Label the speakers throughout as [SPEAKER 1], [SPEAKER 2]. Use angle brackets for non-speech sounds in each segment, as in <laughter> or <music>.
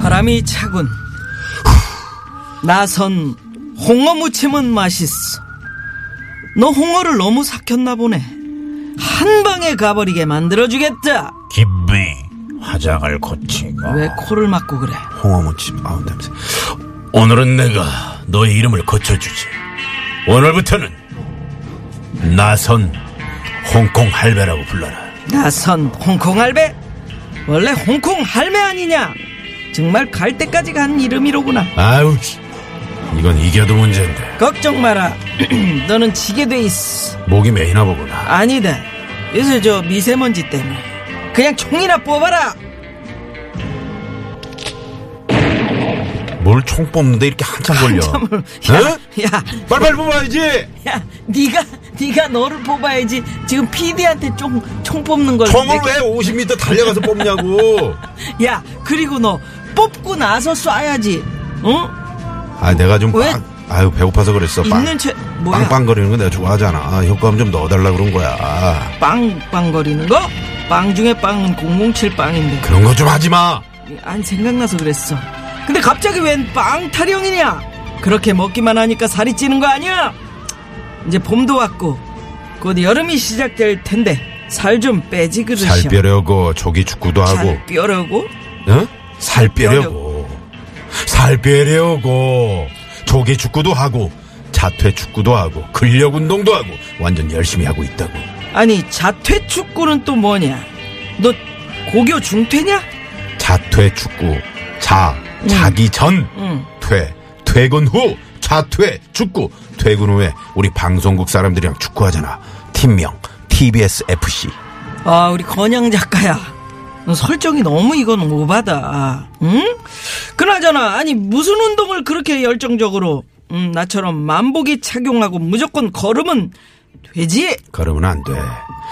[SPEAKER 1] 바람이 차군 나선 홍어 무침은 맛있어 너 홍어를 너무 삭혔나 보네 한 방에 가버리게 만들어주겠다
[SPEAKER 2] 김미 화장을 고치고
[SPEAKER 1] 왜 코를 막고 그래
[SPEAKER 2] 홍어무침 아우 냄새 오늘은 내가 너의 이름을 고쳐주지 오늘부터는 나선 홍콩 할배라고 불러라
[SPEAKER 1] 나선 홍콩 할배 원래 홍콩 할매 아니냐 정말 갈 때까지 간 이름이로구나
[SPEAKER 2] 아우 씨. 이건 이겨도 문제인데
[SPEAKER 1] 걱정 마라 <clears throat> 너는 지게 돼 있어
[SPEAKER 2] 목이 메이나 보구나
[SPEAKER 1] 아니다 요새 저 미세먼지 때문에 그냥 총이나 뽑아라 <laughs>
[SPEAKER 2] 뭘 총 뽑는데 이렇게 한참 걸려 어?
[SPEAKER 1] 야, 야
[SPEAKER 2] 빨빨 뽑아야지
[SPEAKER 1] 야, 네가 네가 너를 뽑아야지. 지금 PD한테 총, 총 뽑는 걸.
[SPEAKER 2] 총을
[SPEAKER 1] 내가-
[SPEAKER 2] 왜 50m 달려가서 뽑냐고
[SPEAKER 1] 야, 그리고 너 뽑고 나서 쏴야지. 응?
[SPEAKER 2] 아 내가 좀
[SPEAKER 1] 왜?
[SPEAKER 2] 빵- 아유 배고파서 그랬어 빵-
[SPEAKER 1] 있는 채 뭐야?
[SPEAKER 2] 빵빵거리는 거 내가 좋아하잖아 아, 효과음 좀 넣어달라 그런 거야
[SPEAKER 1] 빵빵거리는 거? 빵 중에 빵은 007 빵인데.
[SPEAKER 2] 그런 거 좀 하지 마.
[SPEAKER 1] 안 생각나서 그랬어. 근데 갑자기 웬 빵 타령이냐? 그렇게 먹기만 하니까 살이 찌는 거 아니야? 이제 봄도 왔고 곧 여름이 시작될 텐데 살 좀 빼지 그러시오.
[SPEAKER 2] 살 빼려고 조기 축구도 하고,
[SPEAKER 1] 살 뼈려고?
[SPEAKER 2] 응? 살 빼려고, 살 빼려고 조기 축구도 하고 자퇴 축구도 하고 근력 운동도 하고 완전 열심히 하고 있다고.
[SPEAKER 1] 아니 자퇴 축구는 또 뭐냐? 너 고교 중퇴냐?
[SPEAKER 2] 자퇴 축구, 자 자기 전,
[SPEAKER 1] 응.
[SPEAKER 2] 퇴 퇴근 후 자퇴 축구, 퇴근 후에 우리 방송국 사람들이랑 축구하잖아. 팀명 TBS FC.
[SPEAKER 1] 아 우리 건양 작가야. 너 설정이 너무 이건 오바다. 응? 그나저나 아니 무슨 운동을 그렇게 열정적으로 음, 나처럼 만보기 착용하고 무조건 걸으면 되지.
[SPEAKER 2] 그러면 안 돼.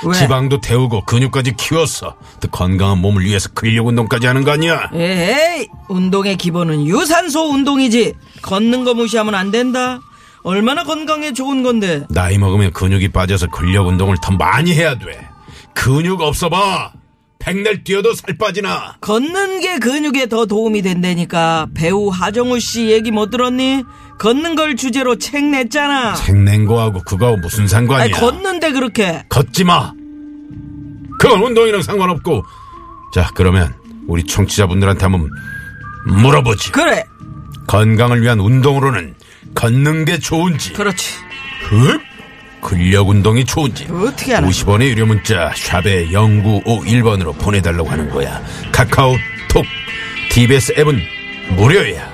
[SPEAKER 1] 왜?
[SPEAKER 2] 지방도 태우고 근육까지 키웠어. 또 건강한 몸을 위해서 근력 운동까지 하는 거 아니야?
[SPEAKER 1] 에이 운동의 기본은 유산소 운동이지. 걷는 거 무시하면 안 된다. 얼마나 건강에 좋은 건데.
[SPEAKER 2] 나이 먹으면 근육이 빠져서 근력 운동을 더 많이 해야 돼. 근육 없어봐. 백날 뛰어도 살 빠지나.
[SPEAKER 1] 걷는 게 근육에 더 도움이 된다니까 배우 하정우 씨 얘기 못 들었니? 걷는 걸 주제로 책 냈잖아.
[SPEAKER 2] 생낸 거하고 그거 무슨 상관이야?
[SPEAKER 1] 아니, 걷는데 그렇게
[SPEAKER 2] 걷지 마. 그건 운동이랑 상관없고. 자, 그러면 우리 청취자분들한테 한번 물어보지.
[SPEAKER 1] 그래
[SPEAKER 2] 건강을 위한 운동으로는 걷는 게 좋은지.
[SPEAKER 1] 그렇지
[SPEAKER 2] 흡? 근력 운동이 좋은지
[SPEAKER 1] 어떻게 알아?
[SPEAKER 2] 50원의 유료 문자 샵에 0951번으로 보내달라고 하는 거야 카카오톡 TBS 앱은 무료야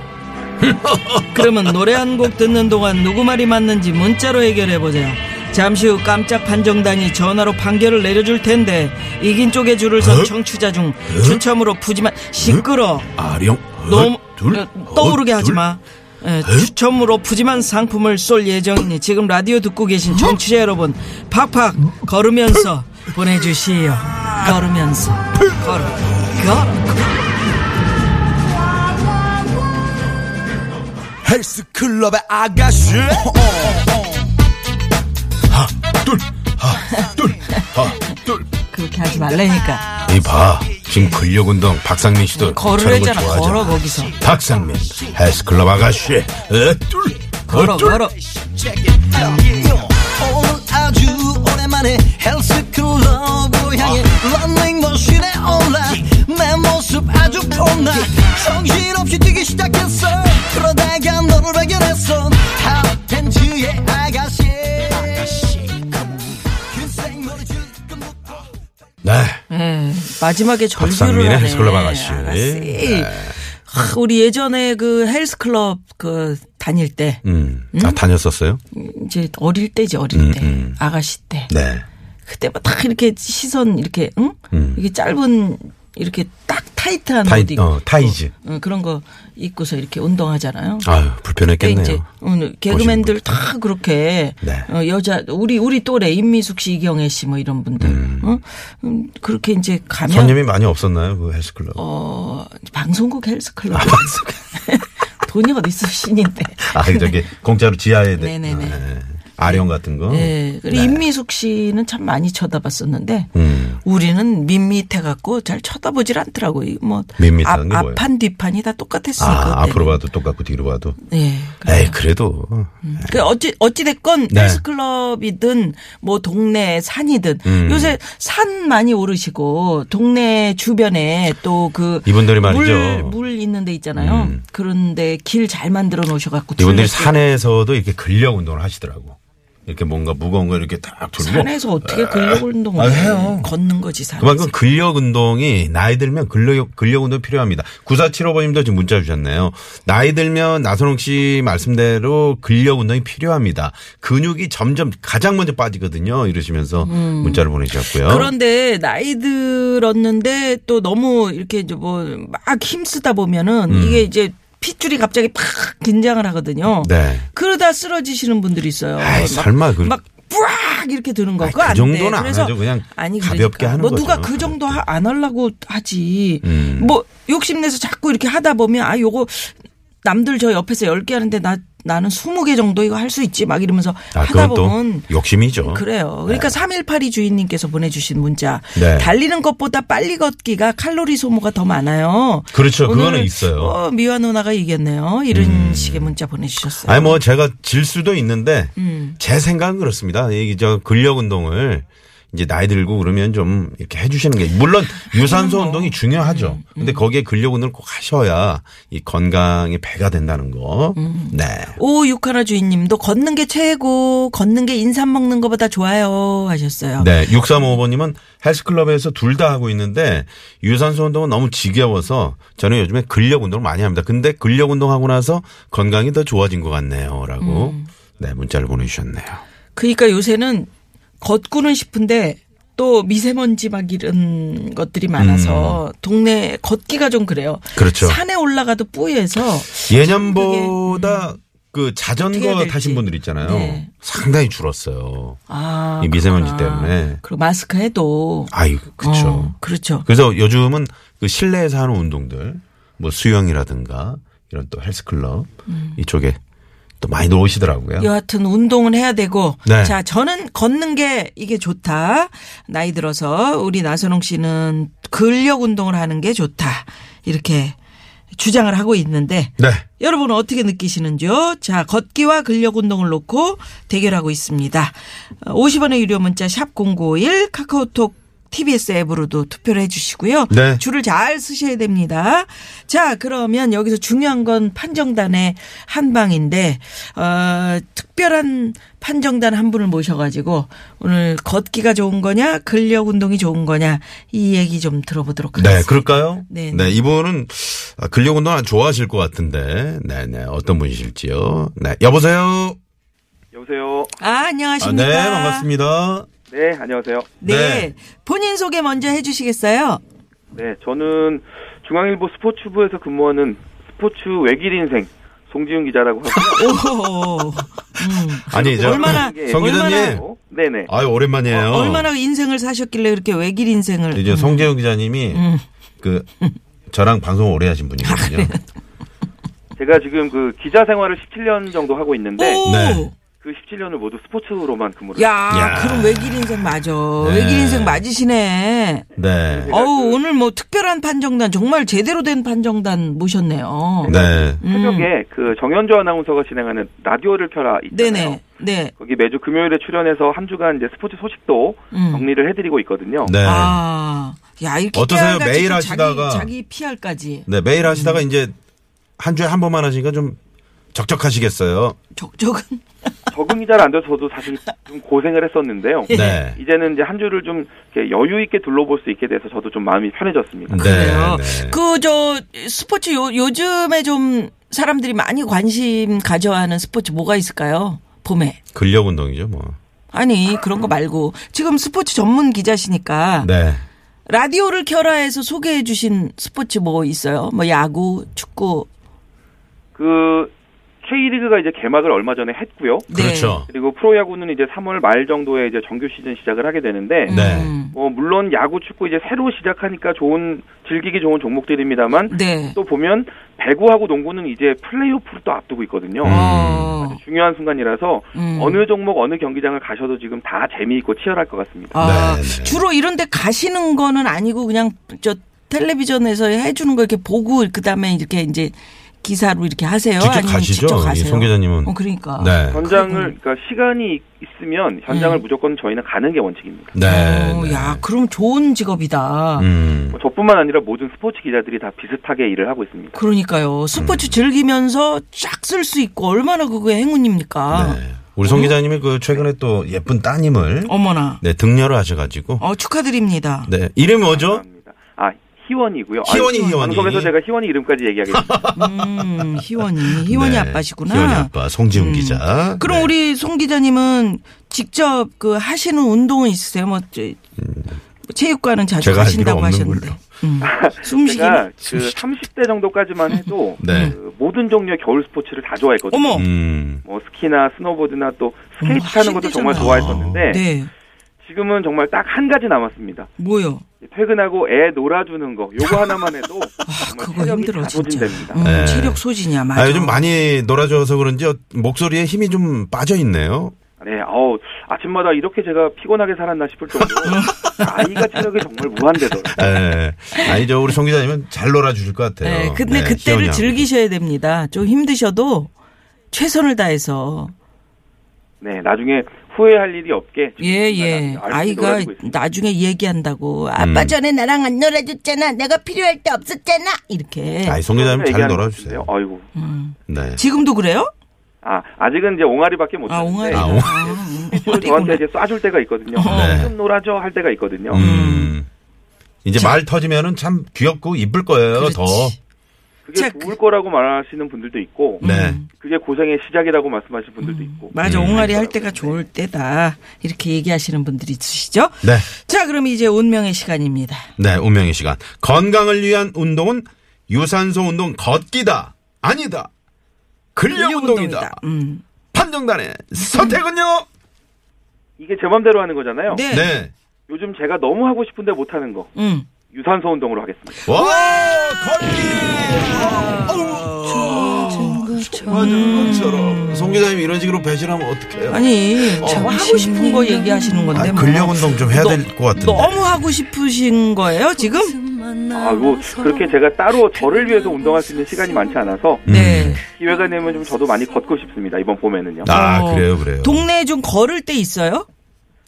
[SPEAKER 1] 그러면 노래 한 곡 듣는 동안 누구 말이 맞는지 문자로 해결해보자 잠시 후 깜짝 판정단이 전화로 판결을 내려줄 텐데 이긴 쪽에 줄을 선
[SPEAKER 2] 어?
[SPEAKER 1] 청취자 중 추첨으로 푸짐한 시끄러
[SPEAKER 2] 아령
[SPEAKER 1] 너무
[SPEAKER 2] 둘,
[SPEAKER 1] 어, 떠오르게
[SPEAKER 2] 어,
[SPEAKER 1] 하지
[SPEAKER 2] 둘.
[SPEAKER 1] 마. 예, 추첨으로 푸짐한 상품을 쏠 예정이니 지금 라디오 듣고
[SPEAKER 2] 어?
[SPEAKER 1] 계신 청취자 여러분 팍팍
[SPEAKER 2] 음?
[SPEAKER 1] 걸으면서 보내주시오. 걸으면서 걸어 걸어.
[SPEAKER 3] 헬스클럽의 아가씨
[SPEAKER 2] 예?
[SPEAKER 1] 그렇게 하지 말라니까.
[SPEAKER 2] 이봐 지금 근력 운동 박상민 씨도
[SPEAKER 1] 음, 걸을
[SPEAKER 2] 저런 거
[SPEAKER 1] 했잖아.
[SPEAKER 2] 좋아하잖아.
[SPEAKER 1] 걸어 거기서
[SPEAKER 2] 박상민 헬스클럽 아가씨 어둘
[SPEAKER 1] 걸어 걸어.
[SPEAKER 3] 오늘 아주 오랜만에 헬스클럽을 향해 러닝머신에 올라 내 모습 아주 폼나 정신없이 뛰기 시작했어 그러다가 너를 발견했어 핫팬츠의 아가씨 흰색 머리 질끈부터
[SPEAKER 2] 네
[SPEAKER 1] 예, 마지막에 절규를
[SPEAKER 2] 박상민의
[SPEAKER 1] 하네.
[SPEAKER 2] 헬스클럽 아가씨. 네.
[SPEAKER 1] 아가씨. 아, 우리 예전에 그 헬스클럽 그 다닐 때
[SPEAKER 2] 음. 아, 다녔었어요?
[SPEAKER 1] 이제 어릴 때지 어릴
[SPEAKER 2] 음,
[SPEAKER 1] 때
[SPEAKER 2] 음.
[SPEAKER 1] 아가씨 때
[SPEAKER 2] 네.
[SPEAKER 1] 그때 막 딱 이렇게 시선 이렇게 응
[SPEAKER 2] 음.
[SPEAKER 1] 이게 짧은 이렇게 딱 타이트한
[SPEAKER 2] 타이,
[SPEAKER 1] 옷 입고
[SPEAKER 2] 어, 타이즈.
[SPEAKER 1] 어, 그런 거 입고서 이렇게 운동하잖아요.
[SPEAKER 2] 아유,
[SPEAKER 1] 그때 이제
[SPEAKER 2] 불편했겠네요.
[SPEAKER 1] 오늘 개그맨들 다 그렇게
[SPEAKER 2] 네.
[SPEAKER 1] 어, 여자 우리 우리 또래 임미숙 씨, 이경애 씨 뭐 이런 분들 어? 음, 그렇게 이제 가면
[SPEAKER 2] 손님이 많이 없었나요? 그 헬스클럽.
[SPEAKER 1] 어 방송국 헬스클럽 <laughs> 돈이 어디 있어 신인데.
[SPEAKER 2] 아, 저기, 공짜로 지하에. 대-
[SPEAKER 1] 네네네.
[SPEAKER 2] 아, 예. 아령 같은 거.
[SPEAKER 1] 예. 그리고 임미숙 씨는 참 많이 쳐다봤었는데
[SPEAKER 2] 음.
[SPEAKER 1] 우리는 밋밋해 갖고 잘 쳐다보질 않더라고. 이뭐
[SPEAKER 2] 밋밋한 게 뭐예요?
[SPEAKER 1] 앞판 뒷판이 다 똑같았으니까.
[SPEAKER 2] 아,
[SPEAKER 1] 네, 그때는.
[SPEAKER 2] 앞으로 봐도 똑같고 뒤로 봐도.
[SPEAKER 1] 예.
[SPEAKER 2] 에이, 그래도.
[SPEAKER 1] 그 어찌 어찌 됐건
[SPEAKER 2] 네.
[SPEAKER 1] 헬스클럽이든 뭐 동네 산이든
[SPEAKER 2] 음.
[SPEAKER 1] 요새 산 많이 오르시고 동네 주변에 또 그
[SPEAKER 2] 이분들이 말이죠.
[SPEAKER 1] 물, 물 있는 데 있잖아요.
[SPEAKER 2] 음.
[SPEAKER 1] 그런데 길 잘 만들어 놓으셔 갖고
[SPEAKER 2] 이분들이 산에서도 이렇게 근력 운동을 하시더라고. 이렇게 뭔가 무거운 거 이렇게 딱 들고.
[SPEAKER 1] 산에서 어떻게 근력 운동을
[SPEAKER 2] 아,
[SPEAKER 1] 해?
[SPEAKER 2] 해요.
[SPEAKER 1] 걷는 거지 산에서.
[SPEAKER 2] 그만큼 근력 운동이 나이 들면 근력 근력 운동 이 필요합니다. 9475번님도 지금 문자 주셨네요. 나이 들면 나선홍 씨 말씀대로 근력 운동이 필요합니다. 근육이 점점 가장 먼저 빠지거든요. 이러시면서 문자를 보내주셨고요.
[SPEAKER 1] 음. 그런데 나이 들었는데 또 너무 이렇게 이제 뭐 막 힘쓰다 보면은
[SPEAKER 2] 음.
[SPEAKER 1] 이게 이제 핏줄이 갑자기 팍 긴장을 하거든요.
[SPEAKER 2] 네.
[SPEAKER 1] 그러다 쓰러지시는 분들이 있어요.
[SPEAKER 2] 아이,
[SPEAKER 1] 막-
[SPEAKER 2] 설마 그-
[SPEAKER 1] 막 뿌악 이렇게 드는 거.
[SPEAKER 2] 아이,
[SPEAKER 1] 그거
[SPEAKER 2] 그
[SPEAKER 1] 안 돼.
[SPEAKER 2] 정도는 안
[SPEAKER 1] 그래서
[SPEAKER 2] 하죠. 그냥
[SPEAKER 1] 아니,
[SPEAKER 2] 가볍게 하는
[SPEAKER 1] 뭐 누가
[SPEAKER 2] 거죠.
[SPEAKER 1] 그 정도 하- 안 하려고 하지.
[SPEAKER 2] 음.
[SPEAKER 1] 뭐 욕심내서 자꾸 이렇게 하다 보면 아 요거 남들 저 옆에서 10개 하는데 나 나는 20개 정도 이거 할 수 있지 막 이러면서
[SPEAKER 2] 아,
[SPEAKER 1] 하다
[SPEAKER 2] 그건 또
[SPEAKER 1] 보면
[SPEAKER 2] 욕심이죠.
[SPEAKER 1] 그래요. 그러니까 3182 주인님께서 보내주신 문자.
[SPEAKER 2] 네.
[SPEAKER 1] 달리는 것보다 빨리 걷기가 칼로리 소모가 더 많아요.
[SPEAKER 2] 그렇죠.
[SPEAKER 1] 오늘,
[SPEAKER 2] 그거는 있어요. 음.
[SPEAKER 1] 어, 미화 누나가 이겼네요. 이런 식의 문자 보내주셨어요.
[SPEAKER 2] 아니 뭐 제가 질 수도 있는데 제 생각은 그렇습니다. 이저 근력 운동을 이제 나이 들고 그러면 좀 이렇게 해주시는 게 물론 유산소 운동이 중요하죠. 근데 거기에 근력 운동을 꼭 하셔야 이 건강에 배가 된다는 거. 네.
[SPEAKER 1] 오 육하나 주인님도 걷는 게 최고, 걷는 게 인삼 먹는 것보다 좋아요 하셨어요.
[SPEAKER 2] 네. 6355번님은 헬스클럽에서 둘 다 하고 있는데 유산소 운동은 너무 지겨워서 저는 요즘에 근력 운동을 많이 합니다. 근데 근력 운동하고 나서 건강이 더 좋아진 것 같네요. 라고 네. 문자를 보내주셨네요.
[SPEAKER 1] 그러니까 요새는 걷고는 싶은데 또 미세먼지 막 이런 것들이 많아서 동네 걷기가 좀 그래요.
[SPEAKER 2] 음. 그렇죠.
[SPEAKER 1] 산에 올라가도 뿌예서
[SPEAKER 2] 예년보다
[SPEAKER 1] 음, 어떻게
[SPEAKER 2] 그
[SPEAKER 1] 해야
[SPEAKER 2] 자전거
[SPEAKER 1] 될지.
[SPEAKER 2] 타신 분들 있잖아요.
[SPEAKER 1] 네.
[SPEAKER 2] 상당히 줄었어요.
[SPEAKER 1] 아,
[SPEAKER 2] 이 미세먼지
[SPEAKER 1] 그렇구나.
[SPEAKER 2] 때문에.
[SPEAKER 1] 그리고 마스크 해도
[SPEAKER 2] 아유, 그쵸.
[SPEAKER 1] 어, 그렇죠.
[SPEAKER 2] 그래서 요즘은 그 실내에서 하는 운동들, 뭐 수영이라든가 이런 또 헬스클럽 이쪽에 또 많이 오시더라고요.
[SPEAKER 1] 음. 여하튼 운동은 해야 되고
[SPEAKER 2] 음. 네.
[SPEAKER 1] 자 저는 걷는 게 이게 좋다 나이 들어서 우리 나선홍 씨는 근력 운동을 하는 게 좋다 이렇게 주장을 하고 있는데
[SPEAKER 2] 네.
[SPEAKER 1] 여러분은 어떻게 느끼시는지요? 자, 걷기와 근력 운동을 놓고 대결하고 있습니다. 50원의 유료 문자 샵 0951 카카오톡 TBS 앱으로도 투표를 해 주시고요.
[SPEAKER 2] 네.
[SPEAKER 1] 줄을 잘 쓰셔야 됩니다. 자, 그러면 여기서 중요한 건 판정단의 한 방인데 어, 특별한 판정단 한 분을 모셔 가지고 오늘 걷기가 좋은 거냐, 근력 운동이 좋은 거냐 이 얘기 좀 들어보도록 하겠습니다.
[SPEAKER 2] 네, 그럴까요?
[SPEAKER 1] 네, 네.
[SPEAKER 2] 네, 이분은 아, 근력 운동 안 좋아하실 것 같은데, 네, 네, 어떤 분이실지요? 네, 여보세요.
[SPEAKER 4] 여보세요.
[SPEAKER 1] 아,
[SPEAKER 2] 아,
[SPEAKER 1] 안녕하십니까?
[SPEAKER 2] 네, 반갑습니다.
[SPEAKER 4] 네, 안녕하세요.
[SPEAKER 1] 네.
[SPEAKER 2] 네.
[SPEAKER 1] 본인 소개 먼저 해주시겠어요?
[SPEAKER 4] 네, 저는 중앙일보 스포츠부에서 근무하는 스포츠 외길 인생 송지훈 기자라고 하고요.
[SPEAKER 2] 어.
[SPEAKER 1] 오, 음.
[SPEAKER 2] 아니, 저
[SPEAKER 1] 얼마나-
[SPEAKER 2] <laughs> 성 기자님,
[SPEAKER 1] 얼마나-
[SPEAKER 4] 네, 네.
[SPEAKER 2] 아유
[SPEAKER 1] <laughs>
[SPEAKER 2] 오랜만이에요.
[SPEAKER 1] 어, 얼마나 인생을 사셨길래 이렇게 외길 인생을.
[SPEAKER 2] 이제 송재영 기자님이
[SPEAKER 1] 음.
[SPEAKER 2] 그 저랑 방송 오래 하신
[SPEAKER 1] 아,
[SPEAKER 2] 분이거든요.
[SPEAKER 4] 제가 지금 그 기자 생활을 17년 정도 하고 있는데
[SPEAKER 1] 오,
[SPEAKER 2] 네.
[SPEAKER 4] 그 17년을 모두 스포츠로만 근무를.
[SPEAKER 1] 야,
[SPEAKER 2] 야.
[SPEAKER 1] 그럼 외길 인생 맞아.
[SPEAKER 2] 네.
[SPEAKER 1] 외길 인생 맞으시네.
[SPEAKER 2] 네.
[SPEAKER 1] 어우, 오늘 뭐 특별한 판정단, 정말 제대로 된 판정단 모셨네요.
[SPEAKER 2] 네.
[SPEAKER 4] 했어요. 새벽에 그 정현주 아나운서가 진행하는 라디오를 켜라 있잖아요.
[SPEAKER 1] 음. 네네. 네.
[SPEAKER 4] 거기 매주 금요일에 출연해서 한 주간 이제 스포츠 소식도
[SPEAKER 1] 음.
[SPEAKER 4] 정리를 해드리고 있거든요.
[SPEAKER 2] 네.
[SPEAKER 1] 아, 야, 이렇게.
[SPEAKER 2] 어떠세요?
[SPEAKER 1] 깨알같이
[SPEAKER 2] 매일
[SPEAKER 1] 또
[SPEAKER 2] 하시다가.
[SPEAKER 1] 자기, 자기 PR까지.
[SPEAKER 2] 네, 매일 하시다가 이제 한 주에 한 번만 하시니까 좀 적적하시겠어요.
[SPEAKER 1] 적적은.
[SPEAKER 4] 적응이 잘 안 돼서 저도 사실 좀 고생을 했었는데요.
[SPEAKER 1] 예.
[SPEAKER 2] 네.
[SPEAKER 4] 이제는 이제 한 주를 좀 이렇게 여유 있게 둘러볼 수 있게 돼서 저도 좀 마음이 편해졌습니다.
[SPEAKER 1] 그래요.
[SPEAKER 2] 네.
[SPEAKER 1] 그 저 스포츠 요, 요즘에 좀 사람들이 많이 관심 가져하는 스포츠 뭐가 있을까요? 봄에.
[SPEAKER 2] 근력 운동이죠, 뭐.
[SPEAKER 1] 아니 그런 거 말고 지금 스포츠 전문 기자시니까
[SPEAKER 2] 네.
[SPEAKER 1] 라디오를 켜라 해서 소개해 주신 스포츠 뭐 있어요? 뭐 야구, 축구.
[SPEAKER 4] 그 K리그가 이제 개막을 얼마 전에 했고요.
[SPEAKER 1] 네.
[SPEAKER 2] 그렇죠.
[SPEAKER 4] 그리고 프로야구는 이제 3월 말 정도에 이제 정규 시즌 시작을 하게
[SPEAKER 1] 음.
[SPEAKER 4] 되는데
[SPEAKER 2] 네.
[SPEAKER 4] 어, 물론 야구, 축구 이제 새로 시작하니까 좋은 즐기기 좋은 종목들입니다만
[SPEAKER 1] 네.
[SPEAKER 2] 음.
[SPEAKER 4] 또 보면 배구하고 농구는 이제 플레이오프를 또 앞두고 있거든요.
[SPEAKER 2] 음.
[SPEAKER 1] 어.
[SPEAKER 4] 중요한 순간이라서
[SPEAKER 1] 음.
[SPEAKER 4] 어느 종목 어느 경기장을 가셔도 지금 다 재미있고 치열할 것 같습니다.
[SPEAKER 1] 아,
[SPEAKER 2] 네, 네.
[SPEAKER 1] 주로 이런 데 가시는 거는 아니고 그냥 저 텔레비전에서 해주는 거 이렇게 보고 그다음에 이렇게 이제 기사로 이렇게 하세요?
[SPEAKER 2] 직접
[SPEAKER 1] 아니면
[SPEAKER 2] 가시죠?
[SPEAKER 1] 직접
[SPEAKER 2] 이
[SPEAKER 1] 가세요?
[SPEAKER 2] 송 기자님은.
[SPEAKER 1] 어, 그러니까.
[SPEAKER 2] 네.
[SPEAKER 4] 현장을 그러니까 시간이 있으면
[SPEAKER 1] 네.
[SPEAKER 4] 현장을 무조건 저희는 가는 게 원칙입니다.
[SPEAKER 2] 네.
[SPEAKER 1] 어,
[SPEAKER 2] 네.
[SPEAKER 1] 야, 그럼 좋은 직업이다.
[SPEAKER 2] 음.
[SPEAKER 4] 뭐 저뿐만 아니라 모든 스포츠 기자들이 다 비슷하게 일을 하고 있습니다.
[SPEAKER 1] 그러니까요.
[SPEAKER 2] 음.
[SPEAKER 1] 스포츠 즐기면서 쫙 쓸 수 있고 얼마나 그거에 행운입니까?
[SPEAKER 2] 네. 우리 송 기자님이 그 최근에 또 예쁜 따님을
[SPEAKER 1] 아. 어머나.
[SPEAKER 2] 네, 등려를 하셔가지고.
[SPEAKER 1] 어, 축하드립니다.
[SPEAKER 2] 네. 이름이 뭐죠?
[SPEAKER 4] 감사합니다. 아 희원이고요. 아유,
[SPEAKER 2] 희원이, 희원이.
[SPEAKER 4] 방송에서 제가 희원이
[SPEAKER 1] <laughs>
[SPEAKER 4] 이름까지 얘기하겠습니다.
[SPEAKER 1] 음, 희원이. 희원이
[SPEAKER 2] 네.
[SPEAKER 1] 아빠시구나. 음.
[SPEAKER 2] 희원이 아빠, 송지훈 기자.
[SPEAKER 1] 그럼
[SPEAKER 2] 네.
[SPEAKER 1] 우리 송 기자님은 직접 그 하시는 운동은 있으세요? 뭐, 저, 체육관은 자주
[SPEAKER 2] 음. 제가 할
[SPEAKER 1] 가신다고
[SPEAKER 2] 필요 없는
[SPEAKER 1] 하셨는데.
[SPEAKER 2] 걸로.
[SPEAKER 1] 음. 숨쉬기.
[SPEAKER 4] 제가 그 30대 정도까지만
[SPEAKER 1] <laughs>
[SPEAKER 4] 해도
[SPEAKER 2] 네.
[SPEAKER 4] 그 모든 종류의 겨울 스포츠를 다 좋아했거든요.
[SPEAKER 1] 어머.
[SPEAKER 2] 음.
[SPEAKER 4] 뭐 스키나 스노보드나 또 스케이트
[SPEAKER 1] 어머,
[SPEAKER 4] 타는 것도
[SPEAKER 1] 하신대잖아.
[SPEAKER 4] 정말 좋아했었는데
[SPEAKER 1] 네.
[SPEAKER 4] 지금은 정말 딱 한 가지 남았습니다.
[SPEAKER 1] 뭐요?
[SPEAKER 4] 퇴근하고 애 놀아주는 거 요거 하나만 해도
[SPEAKER 1] <laughs> 아,
[SPEAKER 4] 정말
[SPEAKER 1] 그거
[SPEAKER 4] 체력이
[SPEAKER 1] 힘들어
[SPEAKER 4] 다
[SPEAKER 1] 진짜.
[SPEAKER 4] 소진됩니다.
[SPEAKER 1] 음,
[SPEAKER 2] 네.
[SPEAKER 1] 체력 소진이야, 맞아.
[SPEAKER 2] 아, 요즘 많이 놀아줘서 그런지 목소리에 힘이 좀 빠져있네요.
[SPEAKER 4] 네, 어우, 아침마다 이렇게 제가 피곤하게 살았나
[SPEAKER 1] <laughs>
[SPEAKER 4] 싶을 정도로 아이가 체력이 정말 무한대더라고요.
[SPEAKER 2] 예. 아니, 저 우리 송 기자님은 잘 놀아주실 것 같아요.
[SPEAKER 1] 네, 근데
[SPEAKER 2] 네,
[SPEAKER 1] 그때를
[SPEAKER 2] 희원이하고.
[SPEAKER 1] 즐기셔야 됩니다. 좀 힘드셔도 최선을 다해서
[SPEAKER 4] 네, 나중에 후회할 일이 없게. 지금
[SPEAKER 1] 예, 예.
[SPEAKER 4] 네, 열심히
[SPEAKER 1] 아이가
[SPEAKER 4] 놀아주고 있습니다.
[SPEAKER 1] 나중에 얘기한다고 아빠
[SPEAKER 2] 음.
[SPEAKER 1] 전에 나랑 안 놀아줬잖아. 내가 필요할 때 없었잖아. 이렇게.
[SPEAKER 2] 아니, 송 기자님 잘
[SPEAKER 4] 얘기하는
[SPEAKER 2] 놀아주세요.
[SPEAKER 4] 것 같은데요. 아이고.
[SPEAKER 2] 네.
[SPEAKER 1] 지금도 그래요?
[SPEAKER 4] 아, 아직은 이제 옹알이밖에 못하는데
[SPEAKER 1] 아, 옹알이. 어.
[SPEAKER 2] 아,
[SPEAKER 1] 아,
[SPEAKER 2] 옹알이.
[SPEAKER 4] <laughs>
[SPEAKER 1] 음,
[SPEAKER 4] 실제로 저한테 이제 쏴줄 때가 있거든요.
[SPEAKER 2] 네.
[SPEAKER 4] 좀 놀아줘 할 때가 있거든요.
[SPEAKER 2] 음. 이제 말 터지면은 참 귀엽고 이쁠 거예요, 더.
[SPEAKER 1] 그렇지.
[SPEAKER 4] 그게
[SPEAKER 1] 자,
[SPEAKER 4] 좋을 거라고 말하시는 분들도 있고
[SPEAKER 1] 음.
[SPEAKER 2] 네. 음.
[SPEAKER 4] 그게 고생의 시작이라고 말씀하시는 분들도 있고
[SPEAKER 1] 맞아. 옹알이 할 때가 좋을 때다. 이렇게 얘기하시는 분들이 있으시죠?
[SPEAKER 2] 네.
[SPEAKER 1] 자, 그럼 이제 운명의 시간입니다.
[SPEAKER 2] 네, 운명의 시간. 건강을 위한 운동은 유산소 운동 걷기다. 아니다. 근력 운동이다.
[SPEAKER 1] 음.
[SPEAKER 2] 판정단의 선택은요?
[SPEAKER 4] 이게 제 맘대로 하는 거잖아요.
[SPEAKER 1] 네.
[SPEAKER 2] 네.
[SPEAKER 4] 요즘 제가 너무 하고 싶은데 못하는 거
[SPEAKER 1] 음.
[SPEAKER 4] 유산소 운동으로 하겠습니다.
[SPEAKER 2] 와! 걷기! 맞은 것처럼. 송 기자님 이런 식으로 배신하면 어떡해요?
[SPEAKER 1] 아니, 저 하고 싶은 거 얘기하시는 건데.
[SPEAKER 2] 아,
[SPEAKER 1] 뭐.
[SPEAKER 2] 근력 운동 좀 해야 될 것 같은데.
[SPEAKER 1] 너무 하고 싶으신 거예요, 지금?
[SPEAKER 4] 아, 뭐 그렇게 제가 따로 저를 위해서 운동할 수 있는 시간이 많지 않아서
[SPEAKER 1] 네.
[SPEAKER 4] 기회가 되면 좀 저도 많이 걷고 싶습니다. 이번 봄에는요.
[SPEAKER 2] 아,
[SPEAKER 1] 어.
[SPEAKER 2] 그래요, 그래요.
[SPEAKER 1] 동네에 좀 걸을 때 있어요?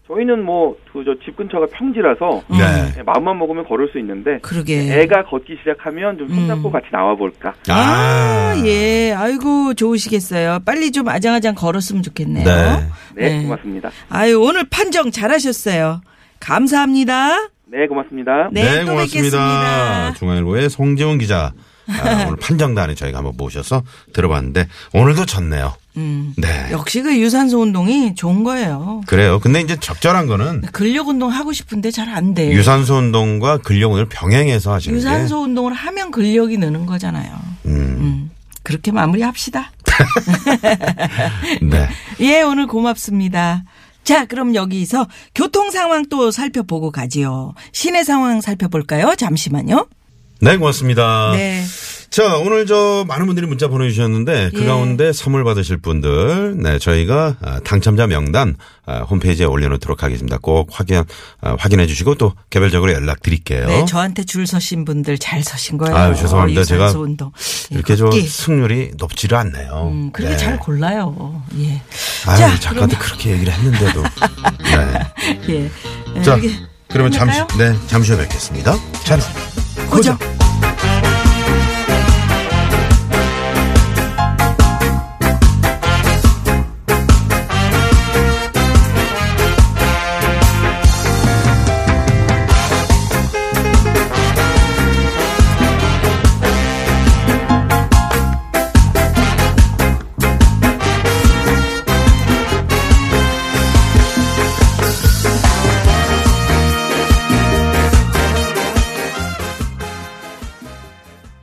[SPEAKER 4] 저희는 뭐 저 집 근처가 평지라서
[SPEAKER 2] 네.
[SPEAKER 4] 네, 마음만 먹으면 걸을 수 있는데
[SPEAKER 1] 그러게.
[SPEAKER 4] 애가 걷기 시작하면 좀 손잡고 같이 나와 볼까.
[SPEAKER 1] 아, 예. 아이고, 좋으시겠어요. 빨리 좀 아장아장 걸었으면 좋겠네요.
[SPEAKER 2] 네.
[SPEAKER 4] 네,
[SPEAKER 1] 네.
[SPEAKER 4] 고맙습니다.
[SPEAKER 1] 아유, 오늘 판정 잘하셨어요. 감사합니다.
[SPEAKER 4] 네, 고맙습니다.
[SPEAKER 1] 네, 또 뵙겠습니다.
[SPEAKER 2] 중앙일보의 송지훈 기자.
[SPEAKER 1] <laughs>
[SPEAKER 2] 아, 오늘 판정단에 저희가 한번 모셔서 들어봤는데 오늘도 졌네요. 네.
[SPEAKER 1] 역시 그 유산소 운동이 좋은 거예요.
[SPEAKER 2] 그래요. 근데 이제 적절한 거는
[SPEAKER 1] 근력 운동 하고 싶은데 잘 안 돼요.
[SPEAKER 2] 유산소 운동과 근력을 병행해서 하시는
[SPEAKER 1] 네. 유산소 운동을 하면 근력이 느는 거잖아요.
[SPEAKER 2] 게. 음.
[SPEAKER 1] 음. 그렇게 마무리합시다.
[SPEAKER 2] 네.
[SPEAKER 1] 예, 오늘 고맙습니다. 자, 그럼 여기서 교통 상황 또 살펴보고 가지요. 시내 상황 살펴볼까요? 잠시만요.
[SPEAKER 2] 네, 고맙습니다.
[SPEAKER 1] 네.
[SPEAKER 2] 자, 오늘 저 많은 분들이 문자 보내주셨는데 그
[SPEAKER 1] 예.
[SPEAKER 2] 가운데 선물 받으실 분들, 네, 저희가 아, 당첨자 명단 아, 홈페이지에 올려놓도록 하겠습니다. 꼭 확인, 아, 확인해 주시고 또 개별적으로 연락 드릴게요.
[SPEAKER 1] 네, 저한테 줄 서신 분들 잘 서신 거예요.
[SPEAKER 2] 아유, 죄송합니다. 제가
[SPEAKER 1] 유산소 운동. 예,
[SPEAKER 2] 이렇게 저
[SPEAKER 1] 걷기.
[SPEAKER 2] 승률이 높지를 않네요.
[SPEAKER 1] 음, 그렇게
[SPEAKER 2] 네.
[SPEAKER 1] 잘 골라요. 예.
[SPEAKER 2] 아유,
[SPEAKER 1] 자,
[SPEAKER 2] 작가한테 그렇게
[SPEAKER 1] <laughs>
[SPEAKER 2] 얘기를 했는데도. 네.
[SPEAKER 1] 예.
[SPEAKER 2] 자,
[SPEAKER 1] 여기
[SPEAKER 2] 그러면 잠시,
[SPEAKER 1] 끝낼까요?
[SPEAKER 2] 네, 잠시 후에 뵙겠습니다. 자,
[SPEAKER 1] 고정.
[SPEAKER 2] 고정.